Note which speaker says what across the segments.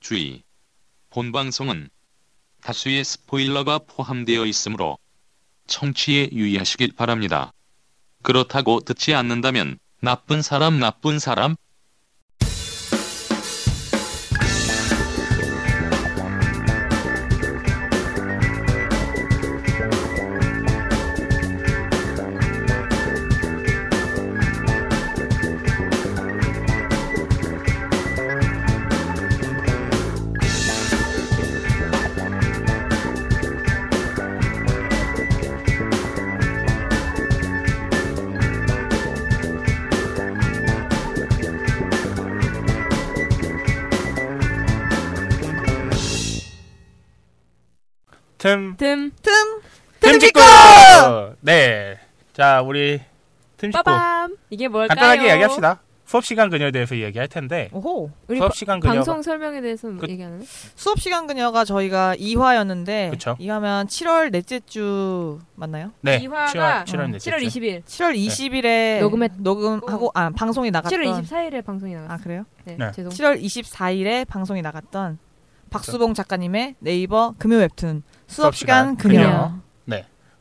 Speaker 1: 주의. 본 방송은 다수의 스포일러가 포함되어 있으므로 청취에 유의하시길 바랍니다. 그렇다고 듣지 않는다면 나쁜 사람 나쁜 사람
Speaker 2: 틈
Speaker 3: 뜸
Speaker 4: 틈
Speaker 2: 틈직구 네. 자 우리 틈직구
Speaker 3: 어! 빠밤 이게 뭘까요?
Speaker 2: 간단하게 이야기합시다. 수업 시간 그녀에 대해서 이야기할 텐데
Speaker 4: 오호
Speaker 3: 우리
Speaker 2: 수업
Speaker 3: 바-
Speaker 2: 시간 그녀
Speaker 3: 방송 설명에 대해서
Speaker 2: 그-
Speaker 3: 얘기하는
Speaker 4: 수업 시간 그녀가 저희가 2화였는데
Speaker 2: 그쵸.
Speaker 4: 2화면 7월 넷째 주 맞나요?
Speaker 2: 네.
Speaker 3: 이화가
Speaker 2: 7월 7월,
Speaker 3: 7월 20일
Speaker 2: 네.
Speaker 4: 7월 20일에
Speaker 3: 녹음했-
Speaker 4: 녹음하고 아 방송이 나갔던
Speaker 3: 7월 24일에 방송이 나갔어요.
Speaker 4: 아 그래요?
Speaker 3: 네,
Speaker 2: 네.
Speaker 3: 죄송.
Speaker 4: 7월 24일에 방송에 나갔던 박수봉 작가님의 네이버 금요 웹툰 수업
Speaker 2: 수업 시간
Speaker 4: 시간 그녀.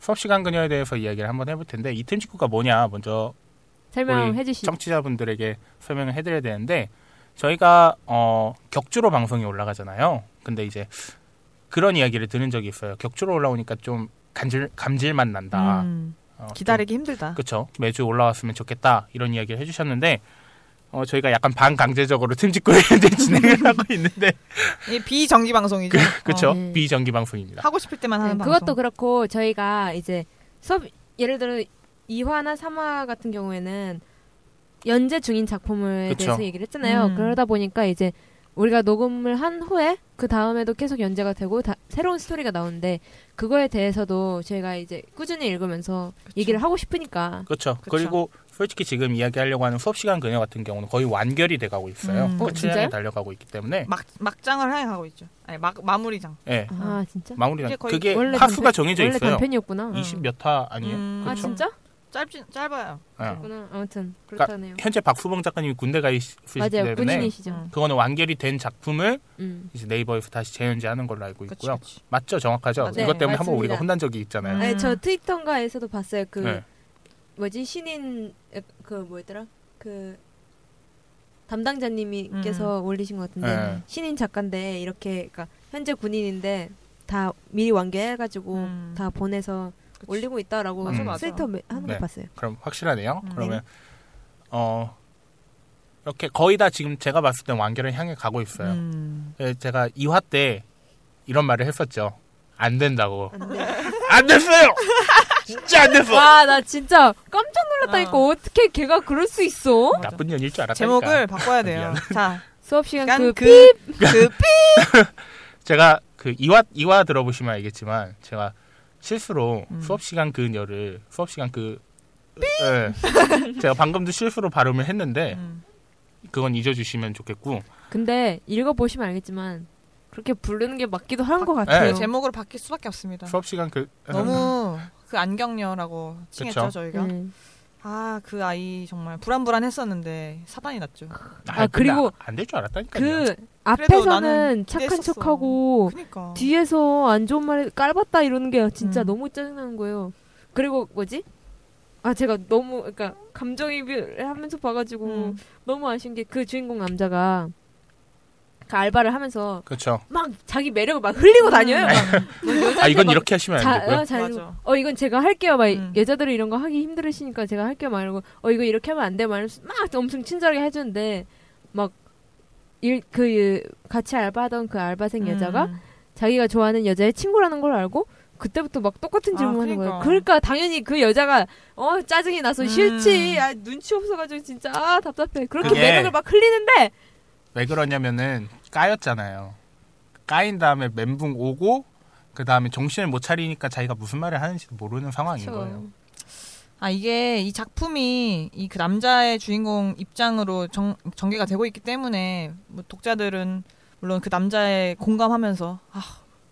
Speaker 2: 수업 시간 그녀에 대해서 이야기를 한번 해볼 텐데 이 틈직구가 뭐냐 먼저
Speaker 3: 설명해 주시죠.
Speaker 2: 청취자분들에게 설명을 해드려야 되는데 저희가 어, 격주로 방송이 올라가잖아요. 근데 이제 그런 이야기를 들은 적이 있어요. 격주로 올라오니까 좀 간질 감질맛 난다.
Speaker 4: 음,
Speaker 2: 어, 좀
Speaker 4: 기다리기 힘들다.
Speaker 2: 그렇죠. 매주 올라왔으면 좋겠다 이런 이야기를 해주셨는데 어, 저희가 약간 반강제적으로 틈직구를 이제 진행을 하고 있는데
Speaker 4: 이 비정기 방송이죠.
Speaker 2: 그렇죠.
Speaker 4: 어,
Speaker 3: 네.
Speaker 2: 비정기 방송입니다.
Speaker 4: 하고 싶을 때만 하는
Speaker 3: 네,
Speaker 4: 방송.
Speaker 3: 그것도 그렇고 저희가 이제 수업 예를 들어 2화나 3화 같은 경우에는 연재 중인 작품을
Speaker 2: 그쵸.
Speaker 3: 대해서 얘기를 했잖아요.
Speaker 4: 음.
Speaker 3: 그러다 보니까 이제 우리가 녹음을 한 후에 그 다음에도 계속 연재가 되고 다- 새로운 스토리가 나오는데 그거에 대해서도 저희가 이제 꾸준히 읽으면서 얘기를 하고 싶으니까
Speaker 2: 그렇죠.
Speaker 4: 그쵸.
Speaker 2: 그리고 솔직히 지금 이야기하려고 하는 수업 시간 그녀 같은 경우는 거의 완결이 돼가고 있어요.
Speaker 4: 음. 어,
Speaker 2: 끝을 향해
Speaker 3: 진짜요?
Speaker 2: 달려가고 있기 때문에
Speaker 4: 막 막장을 하향 하고 있죠. 아니 막 마무리장.
Speaker 2: 예.
Speaker 3: 아 진짜
Speaker 2: 마무리
Speaker 4: 그게 거의
Speaker 2: 그게
Speaker 3: 원래
Speaker 2: 화수가
Speaker 3: 단편-
Speaker 2: 정해져
Speaker 3: 원래
Speaker 2: 있어요.
Speaker 3: 단편이었구나.
Speaker 2: 20몇 화 아니에요?
Speaker 4: 음.
Speaker 3: 아
Speaker 2: 그렇죠?
Speaker 3: 진짜?
Speaker 4: 짧진 짧아요.
Speaker 2: 예.
Speaker 3: 그렇구나. 아무튼
Speaker 2: 그러니까
Speaker 3: 그렇다네요.
Speaker 2: 현재 박수봉 작가님이 군대 가 있으시기
Speaker 3: 맞아요.
Speaker 2: 때문에
Speaker 3: 군인이시죠.
Speaker 4: 음.
Speaker 2: 그거는 완결이 된 작품을
Speaker 3: 음.
Speaker 2: 이제 네이버에서 다시 재연재하는 걸로 알고
Speaker 4: 그치,
Speaker 2: 있고요.
Speaker 4: 그치.
Speaker 2: 맞죠, 정확하죠.
Speaker 4: 맞아요.
Speaker 2: 이것 때문에
Speaker 3: 네,
Speaker 2: 한번 우리가
Speaker 3: 맞습니다.
Speaker 2: 혼난 적이 있잖아요.
Speaker 4: 음.
Speaker 3: 아니, 저 트위터인가에서도 봤어요. 그
Speaker 2: 네.
Speaker 3: 뭐지 신인 에, 그 뭐였더라 그
Speaker 4: 음.
Speaker 3: 담당자님께서 올리신 것 같은데
Speaker 2: 네.
Speaker 3: 신인 작가인데 이렇게 그러니까 현재 군인인데 다 미리 완결해가지고
Speaker 4: 음.
Speaker 3: 다 보내서
Speaker 4: 그치.
Speaker 3: 올리고 있다라고
Speaker 4: 맞아,
Speaker 2: 음.
Speaker 4: 맞아.
Speaker 3: 트위터 매- 하는
Speaker 2: 네.
Speaker 3: 거 봤어요.
Speaker 2: 그럼 확실하네요.
Speaker 4: 음.
Speaker 2: 그러면 어 이렇게 거의 다 지금 제가 봤을 땐 완결을 향해 가고 있어요.
Speaker 4: 음.
Speaker 2: 예, 제가 2화 때 이런 말을 했었죠. 안 된다고.
Speaker 3: 안 돼.
Speaker 2: 안 됐어요. 진짜 안 됐어.
Speaker 3: 아, 와나 진짜 깜짝 놀랐다니까
Speaker 4: 어.
Speaker 3: 어. 떻게 걔가 그럴 수 있어?
Speaker 4: 맞아.
Speaker 2: 나쁜 년일 줄 알았다니까.
Speaker 4: 제목을 바꿔야 돼요.
Speaker 2: 미안.
Speaker 4: 자,
Speaker 3: 수업 시간
Speaker 4: 약간
Speaker 3: 그,
Speaker 4: 그 그
Speaker 2: 제가 그 이화 이화 들어보시면 알겠지만 제가 실수로
Speaker 4: 음.
Speaker 2: 수업 시간 그녀를 수업 시간 그 예. 제가 방금도 실수로 발음을 했는데
Speaker 4: 음. 그러니까.
Speaker 2: 그건 잊어주시면 좋겠고
Speaker 3: 근데 읽어 보시면 알겠지만 그렇게 부르는 게 맞기도 한 것
Speaker 2: 네.
Speaker 3: 같아요.
Speaker 4: 그 제목으로 바뀔 수밖에 없습니다.
Speaker 2: 수업 시간 그
Speaker 4: 너무 그 안경녀라고 칭했죠
Speaker 2: 그쵸.
Speaker 4: 저희가.
Speaker 3: 네.
Speaker 4: 아 그 아이 정말 불안불안했었는데 사단이 났죠.
Speaker 3: 아, 그리고
Speaker 2: 안될 줄 알았다니까요.
Speaker 3: 그
Speaker 4: 나는
Speaker 3: 앞에서는 착한
Speaker 4: 기대했었어.
Speaker 3: 척하고
Speaker 4: 그니까.
Speaker 3: 뒤에서 안 좋은 말 깔봤다 이러는 게 진짜
Speaker 4: 음.
Speaker 3: 너무 짜증나는 거예요. 그리고 뭐지? 아 제가 너무 그러니까 감정이입을 하면서 봐가지고
Speaker 4: 음.
Speaker 3: 너무 아쉬운 게 그 주인공 남자가 그 알바를 하면서
Speaker 2: 그렇죠.
Speaker 3: 막 자기 매력을 막 흘리고 다녀요. 막.
Speaker 2: 아 이건
Speaker 3: 막
Speaker 2: 이렇게 하시면 안
Speaker 3: 자,
Speaker 2: 되고요.
Speaker 3: 어, 잘
Speaker 4: 맞아.
Speaker 3: 읽어. 어 이건 제가 할게요. 막
Speaker 4: 음.
Speaker 3: 여자들은 이런 거 하기 힘들으시니까 제가 할게요. 막 이러고 어 이거 이렇게 하면 안 돼. 막 이러면서 막 엄청 친절하게 해주는데 막 일 그 같이 알바하던 그 알바생 여자가
Speaker 4: 음.
Speaker 3: 자기가 좋아하는 여자의 친구라는 걸 알고 그때부터 막 똑같은
Speaker 4: 아,
Speaker 3: 질문하는
Speaker 4: 그러니까.
Speaker 3: 거예요. 그러니까 당연히 그 여자가 어 짜증이 나서
Speaker 4: 음.
Speaker 3: 싫지. 아, 눈치 없어가지고 진짜 아, 답답해. 그렇게
Speaker 2: 그게-
Speaker 3: 매력을 막 흘리는데
Speaker 2: 왜 그러냐면은 까였잖아요. 까인 다음에 멘붕 오고 그 다음에 정신을 못 차리니까 자기가 무슨 말을 하는지도 모르는 상황인
Speaker 3: 그쵸.
Speaker 2: 거예요.
Speaker 4: 아 이게 이 작품이 이 그 남자의 주인공 입장으로 정, 전개가 되고 있기 때문에 뭐 독자들은 물론 그 남자에 공감하면서 아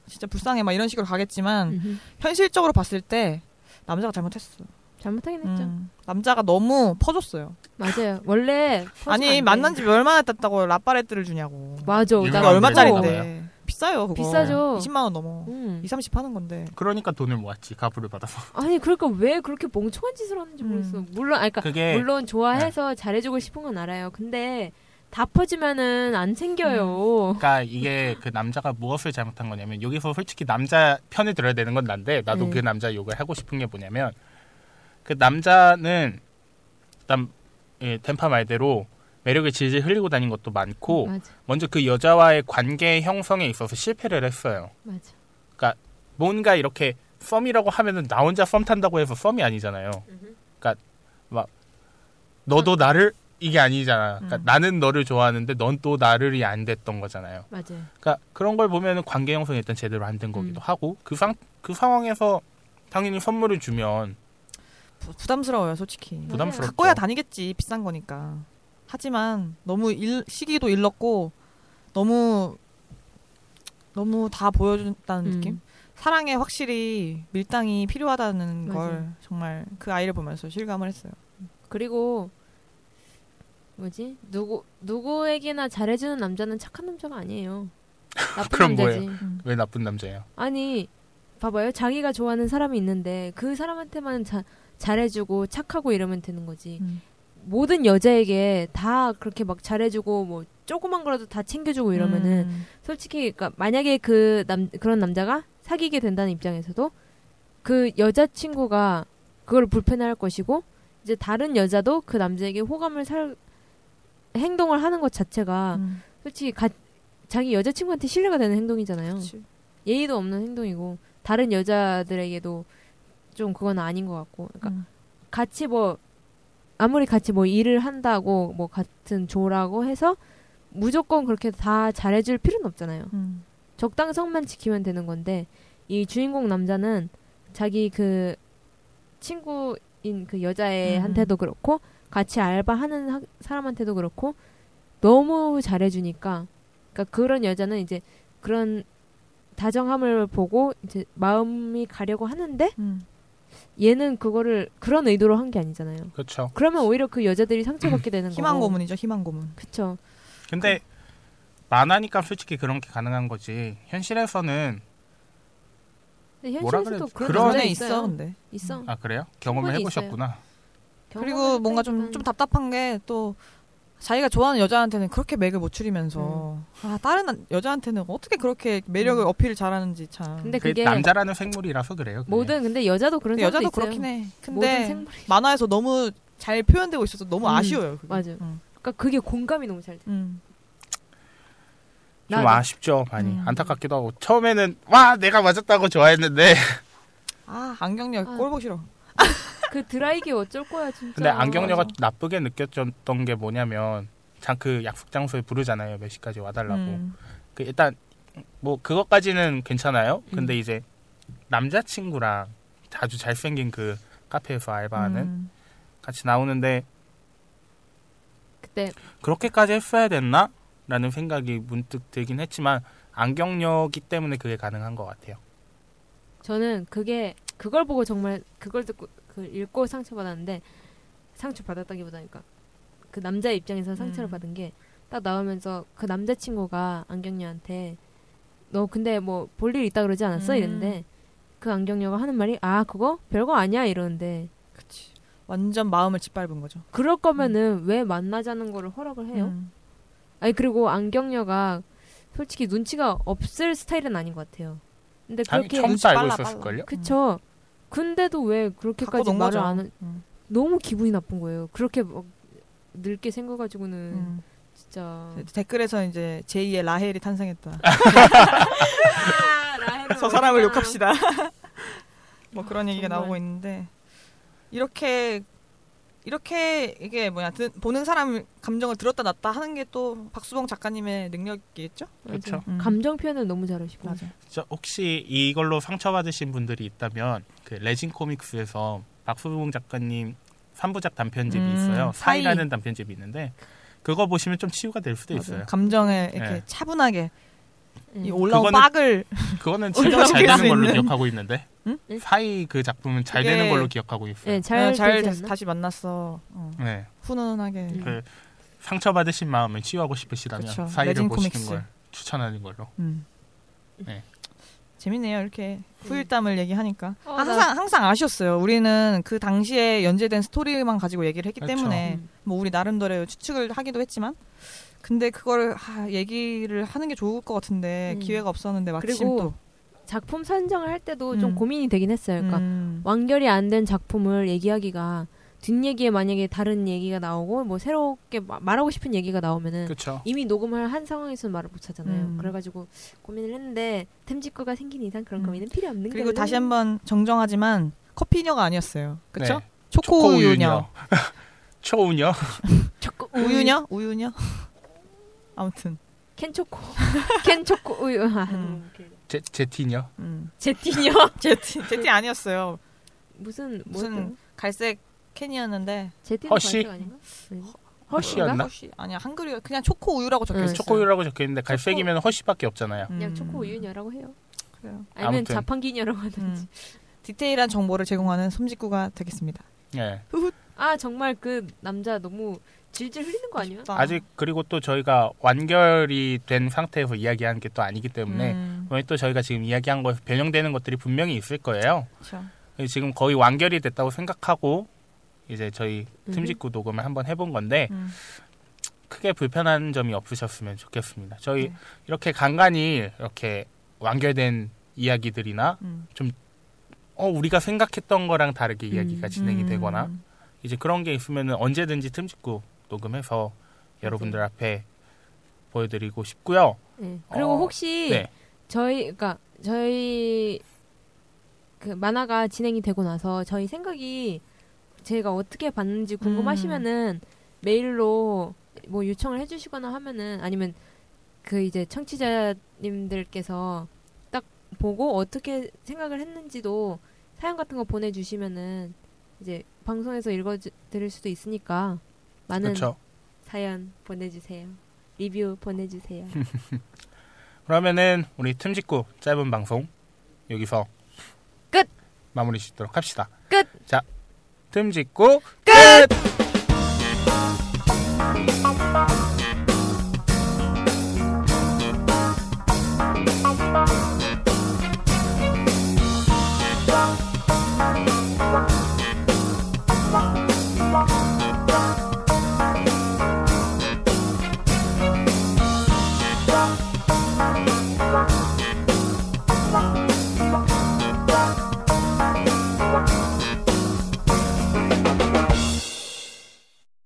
Speaker 4: 진짜 불쌍해 막 이런 식으로 가겠지만
Speaker 3: 음흠.
Speaker 4: 현실적으로 봤을 때 남자가 잘못했어.
Speaker 3: 잘못하긴 했죠.
Speaker 4: 음, 남자가 너무 퍼줬어요.
Speaker 3: 맞아요. 원래
Speaker 4: 아니 만난 지 얼마나 됐다고 라파레트를 주냐고.
Speaker 3: 맞아.
Speaker 2: 유명한
Speaker 4: 그러니까
Speaker 3: 나
Speaker 4: 얼마
Speaker 2: 그랬나
Speaker 4: 짜린데? 비싸요. 그거.
Speaker 3: 비싸죠.
Speaker 4: 20만 원 넘어.
Speaker 3: 음.
Speaker 4: 2, 30 하는 건데.
Speaker 2: 그러니까 돈을 모았지 가부를 받아서.
Speaker 3: 아니 그러니까 왜 그렇게 멍청한 짓을 하는지
Speaker 4: 음.
Speaker 3: 모르겠어. 물론 아니 그러니까
Speaker 2: 그게 네.
Speaker 3: 물론 좋아해서 잘해주고 싶은 건 알아요. 근데 다 퍼지면은 안 챙겨요.
Speaker 2: 그러니까 이게 그 남자가 무엇을 잘못한 거냐면 여기서 솔직히 남자 편을 들어야 되는 건 난데 나도
Speaker 3: 네.
Speaker 2: 그 남자 욕을 하고 싶은 게 뭐냐면 그 남자는 일단 예, 덴파 말대로 매력을 질질 흘리고 다닌 것도 많고
Speaker 3: 맞아,
Speaker 2: 먼저 그 여자와의 관계 형성에 있어서 실패를 했어요.
Speaker 3: 맞아.
Speaker 2: 뭔가 이렇게 썸이라고 하면은 나 혼자 썸 탄다고 해서 썸이 아니잖아요. 그러니까 막 너도 나를 이게 아니잖아. 그러니까
Speaker 4: 아. 음.
Speaker 2: 나는 너를 좋아하는데 넌 또 나를이 안 됐던 거잖아요.
Speaker 3: 맞아요.
Speaker 2: 그러니까 그런 걸 보면은 관계 형성이 일단 제대로 안
Speaker 4: 음.
Speaker 2: 된 거기도 하고 그 상 그 상황에서 당연히 선물을 주면
Speaker 4: 부, 부담스러워요, 솔직히.
Speaker 3: 맞아요.
Speaker 2: 부담스럽죠.
Speaker 4: 음. 갖고야 다니겠지. 비싼 거니까. 하지만 너무 일, 시기도 일렀고 너무 너무 다 보여준다는
Speaker 3: 음.
Speaker 4: 느낌? 사랑에 확실히 밀당이 필요하다는 걸
Speaker 3: 맞아요.
Speaker 4: 정말 그 아이를 보면서 실감을 했어요.
Speaker 3: 그리고 뭐지 누구 누구에게나 잘해주는 남자는 착한 남자가 아니에요.
Speaker 2: 그럼
Speaker 3: 나쁜 남자지.
Speaker 2: 왜 나쁜 남자예요?
Speaker 3: 아니 봐봐요. 자기가 좋아하는 사람이 있는데 그 사람한테만 자, 잘해주고 착하고 이러면 되는 거지.
Speaker 4: 음.
Speaker 3: 모든 여자에게 다 그렇게 막 잘해주고 뭐 조그만 거라도 다 챙겨주고 이러면은
Speaker 4: 음.
Speaker 3: 솔직히 그러니까 만약에 그 남 그런 남자가 사귀게 된다는 입장에서도 그 여자친구가 그걸 불편해할 것이고 이제 다른 여자도 그 남자에게 호감을 살 행동을 하는 것 자체가
Speaker 4: 음.
Speaker 3: 솔직히 가- 자기 여자친구한테 신뢰가 되는 행동이잖아요.
Speaker 4: 그치.
Speaker 3: 예의도 없는 행동이고 다른 여자들에게도 좀 그건 아닌 것 같고 그러니까
Speaker 4: 음.
Speaker 3: 같이 뭐 아무리 같이 뭐 일을 한다고 뭐 같은 조라고 해서 무조건 그렇게 다 잘해줄 필요는 없잖아요.
Speaker 4: 음.
Speaker 3: 적당성만 지키면 되는 건데 이 주인공 남자는 자기 그 친구인 그 여자애한테도 그렇고 같이 알바하는 학- 사람한테도 그렇고 너무 잘해주니까 그러니까 그런 여자는 이제 그런 다정함을 보고 이제 마음이 가려고 하는데
Speaker 4: 음.
Speaker 3: 얘는 그거를 그런 의도로 한 게 아니잖아요.
Speaker 2: 그렇죠.
Speaker 3: 그러면 오히려 그 여자들이 상처받게 되는 거고.
Speaker 4: 희망 음. 고문이죠, 희망 고문.
Speaker 3: 그쵸.
Speaker 2: 근데 만화니까 솔직히 그런 게 가능한 거지. 현실에서는
Speaker 3: 근데
Speaker 2: 뭐라
Speaker 3: 현실에서도
Speaker 2: 그래야
Speaker 3: 그런
Speaker 2: 그런
Speaker 3: 남자
Speaker 4: 그런 애
Speaker 3: 있어요.
Speaker 4: 있어, 근데.
Speaker 3: 있어.
Speaker 2: 아 그래요? 경험을
Speaker 3: 충분히
Speaker 2: 해보셨구나.
Speaker 4: 그리고 뭔가 좀 좀 답답한 게 또 자기가 좋아하는 여자한테는 그렇게 맥을 못 추리면서 아 다른 남- 여자한테는 어떻게 그렇게 매력을
Speaker 3: 음.
Speaker 4: 어필을 잘하는지 참.
Speaker 3: 근데
Speaker 2: 그게
Speaker 3: 그게
Speaker 2: 남자라는 생물이라서 그래요. 그게.
Speaker 3: 모든 근데 여자도 그런
Speaker 4: 근데
Speaker 3: 사람도
Speaker 4: 여자도
Speaker 3: 있어요.
Speaker 4: 그렇긴 해.
Speaker 3: 모든
Speaker 4: 근데
Speaker 3: 생물이
Speaker 4: 만화에서 너무 잘 표현되고 있어서 너무
Speaker 3: 음,
Speaker 4: 아쉬워요. 그게.
Speaker 3: 맞아요.
Speaker 4: 음.
Speaker 3: 그러니까 그게 공감이 너무 잘 돼.
Speaker 4: 음.
Speaker 2: 좀
Speaker 3: 나는-
Speaker 2: 아쉽죠 많이
Speaker 4: 음.
Speaker 2: 안타깝기도 하고 처음에는 와 내가 맞았다고 좋아했는데
Speaker 4: 아 안경력
Speaker 3: 아.
Speaker 4: 꼴 보기 싫어.
Speaker 3: 그 드라이기 어쩔 거야 진짜.
Speaker 2: 근데 안경녀가
Speaker 4: 맞아.
Speaker 2: 나쁘게 느꼈던 게 뭐냐면 장 그 약속 장소에 부르잖아요 몇 시까지 와달라고
Speaker 4: 음.
Speaker 2: 그 일단 뭐 그것까지는 괜찮아요 근데
Speaker 3: 음.
Speaker 2: 이제 남자친구랑 아주 잘생긴 그 카페에서 알바하는
Speaker 4: 음.
Speaker 2: 같이 나오는데
Speaker 3: 그때
Speaker 2: 그렇게까지 했어야 됐나? 라는 생각이 문득 들긴 했지만 안경녀기 때문에 그게 가능한 것 같아요
Speaker 3: 저는 그게 그걸 보고 정말 그걸 듣고 그 읽고 상처받았는데 상처 받았다기보다니까 그 남자 의 입장에서 상처를
Speaker 4: 음.
Speaker 3: 받은 게 딱 나오면서 그 남자친구가 안경녀한테 너 근데 뭐 볼 일 있다 그러지 않았어
Speaker 4: 음.
Speaker 3: 이랬는데 그 안경녀가 하는 말이 아 그거 별거 아니야 이러는데
Speaker 4: 그치. 완전 마음을 짓밟은 거죠.
Speaker 3: 그럴 거면은 왜 만나자는 거를 허락을 해요?
Speaker 4: 음.
Speaker 3: 아니 그리고 안경녀가 솔직히 눈치가 없을 스타일은 아닌 것 같아요. 근데
Speaker 2: 당연히
Speaker 3: 그렇게
Speaker 2: 처음부터 알고
Speaker 4: 빨라, 빨라.
Speaker 2: 있었을걸요?
Speaker 3: 그쵸. 근데도 왜
Speaker 4: 갖고
Speaker 3: 그렇게까지
Speaker 4: 논
Speaker 3: 말을
Speaker 4: 음. 거죠.
Speaker 3: 안 하...
Speaker 4: 음.
Speaker 3: 너무 기분이 나쁜 거예요. 그렇게 막 늙게 생겨가지고는
Speaker 4: 음. 네.
Speaker 3: 진짜
Speaker 4: 댓글에서 이제 제2의 라헬이 탄생했다.
Speaker 3: 라헬은
Speaker 4: 저 사람을
Speaker 3: 얼마나-
Speaker 4: 욕합시다. 뭐 그런 얘기가
Speaker 3: 정말.
Speaker 4: 나오고 있는데 이렇게 이렇게 이게 뭐냐 드, 보는 사람 감정을 들었다 놨다 하는 게 또 박수봉 작가님의 능력이겠죠?
Speaker 3: 맞아요.
Speaker 2: 그쵸.
Speaker 4: 음.
Speaker 3: 감정 표현을 너무 잘하시고
Speaker 2: 저 혹시 이걸로 상처받으신 분들이 있다면 그 레진 코믹스에서 박수봉 작가님 3부작 단편집이
Speaker 4: 음,
Speaker 2: 있어요.
Speaker 4: 사이.
Speaker 2: 사이라는 단편집이 있는데 그거 보시면 좀 치유가 될 수도
Speaker 4: 맞아요. 예.
Speaker 2: 있어요.
Speaker 4: 감정에 이렇게
Speaker 2: 네.
Speaker 4: 차분하게
Speaker 3: 음.
Speaker 4: 이 올라온
Speaker 2: 그거는
Speaker 4: 빡을
Speaker 2: 그거는 치유가
Speaker 4: 올라올
Speaker 2: 잘
Speaker 4: 수
Speaker 2: 되는 걸로
Speaker 4: 있는.
Speaker 2: 기억하고 있는데
Speaker 4: 응? 예.
Speaker 3: 응?
Speaker 2: 사이 그 작품은 잘
Speaker 4: 그게-
Speaker 2: 되는 걸로 기억하고 있어요.
Speaker 3: 네,
Speaker 4: 잘,
Speaker 3: 잘,
Speaker 4: 잘
Speaker 3: 되지
Speaker 4: 다시,
Speaker 3: 않나?
Speaker 4: 다시 만났어. 어.
Speaker 2: 네.
Speaker 4: 훈훈하게
Speaker 3: 음.
Speaker 2: 그 상처받으신 마음을 치유하고 싶으시다면
Speaker 4: 그쵸.
Speaker 2: 사이를
Speaker 4: 매진
Speaker 2: 보시는
Speaker 4: 코믹스.
Speaker 2: 걸 추천하는 걸로.
Speaker 4: 음.
Speaker 2: 네.
Speaker 4: 재밌네요. 이렇게 후일담을 얘기하니까
Speaker 3: 음. 어,
Speaker 4: 아,
Speaker 3: 나-
Speaker 4: 항상 항상 아쉬웠어요. 우리는 그 당시에 연재된 스토리만 가지고 얘기를 했기
Speaker 2: 그쵸.
Speaker 4: 때문에
Speaker 3: 음.
Speaker 4: 뭐 우리 나름대로 추측을 하기도 했지만 근데 그걸 아, 얘기를 하는 게 좋을 것 같은데
Speaker 3: 음.
Speaker 4: 기회가 없었는데 마침
Speaker 3: 그리고
Speaker 4: 또
Speaker 3: 작품 선정을 할 때도
Speaker 4: 음.
Speaker 3: 좀 고민이 되긴 했어요. 그러니까
Speaker 4: 음.
Speaker 3: 완결이 안 된 작품을 얘기하기가 뒷얘기에 만약에 다른 얘기가 나오고 뭐 새롭게 마- 말하고 싶은 얘기가
Speaker 4: 네.
Speaker 3: 나오면은
Speaker 2: 그렇죠.
Speaker 3: 이미 녹음을 한 상황에서는 말을 못 하잖아요.
Speaker 4: 음.
Speaker 3: 그래가지고 고민을 했는데 템직구가 생긴 이상 그런
Speaker 4: 음.
Speaker 3: 고민은 필요 없는
Speaker 4: 그리고
Speaker 3: 걸로.
Speaker 4: 다시 한번 정정하지만 커피녀가 아니었어요. 그렇죠? 초코 우유녀.
Speaker 2: 초코우유녀. 초우녀.
Speaker 3: 초코 우유.
Speaker 4: 우유녀? 우유녀? 아무튼
Speaker 3: 캔초코 캔초코 우유 아,
Speaker 4: 음.
Speaker 2: 제 제티녀.
Speaker 4: 음.
Speaker 3: 제티녀
Speaker 4: 제티 제티 아니었어요.
Speaker 3: 무슨 뭐
Speaker 4: 무슨 갈색 캔이었는데
Speaker 3: 제티녀
Speaker 2: 허쉬?
Speaker 3: 발표 아닌가? 네. 아닌가?
Speaker 2: 허쉬였나? 네,
Speaker 3: 허쉬인가?
Speaker 4: 혹시 아니야 한글이 그냥 초코 우유라고 적혀
Speaker 3: 응.
Speaker 4: 있어요.
Speaker 2: 초코우유라고 적혀 있는데 갈색이면 허쉬밖에 없잖아요.
Speaker 3: 그냥
Speaker 4: 음.
Speaker 3: 초코 우유녀라고 해요.
Speaker 4: 그래요.
Speaker 3: 아니면
Speaker 2: 아무튼.
Speaker 3: 자판기녀라고 하든지.
Speaker 4: 음. 디테일한 정보를 제공하는 솜직구가 되겠습니다.
Speaker 2: 예.
Speaker 3: 아 정말 그 남자 너무 질질 흘리는 거 아니야?
Speaker 4: 아쉽다.
Speaker 2: 아직 그리고 또 저희가 완결이 된 상태에서 이야기한 게 또 아니기 때문에
Speaker 4: 음,
Speaker 2: 분명히 또 저희가 지금 이야기한 거에서 변형되는 것들이 분명히 있을 거예요.
Speaker 4: 그렇죠.
Speaker 2: 지금 거의 완결이 됐다고 생각하고 이제 저희
Speaker 3: 음흠.
Speaker 2: 틈직구 녹음을 한번 해본 건데
Speaker 4: 음.
Speaker 2: 크게 불편한 점이 없으셨으면 좋겠습니다. 저희
Speaker 4: 네.
Speaker 2: 이렇게 간간히 이렇게 완결된 이야기들이나
Speaker 4: 음.
Speaker 2: 어 우리가 생각했던 거랑 다르게
Speaker 3: 음.
Speaker 2: 이야기가 진행이
Speaker 4: 음.
Speaker 2: 되거나 이제 그런 게 있으면 언제든지 틈직구 녹음해서 여러분들 앞에 보여드리고 싶고요.
Speaker 3: 네. 그리고
Speaker 2: 어,
Speaker 3: 혹시
Speaker 2: 네.
Speaker 3: 저희 그러니까 저희 그 만화가 진행이 되고 나서 저희 생각이 제가 어떻게 봤는지 궁금하시면은
Speaker 2: 음.
Speaker 3: 메일로 뭐 요청을 해주시거나 하면은 아니면 그 이제 청취자님들께서 딱 보고 어떻게 생각을 했는지도 사연 같은 거 보내주시면은 이제 방송에서 읽어드릴 수도 있으니까 많은
Speaker 2: 그렇죠.
Speaker 3: 사연 보내주세요. 리뷰 보내주세요.
Speaker 2: 그러면은 우리 틈직구 짧은 방송 여기서
Speaker 3: 끝!
Speaker 2: 마무리 짓도록 합시다.
Speaker 3: 끝!
Speaker 2: 자, 틈직구
Speaker 3: 끝!
Speaker 2: 끝!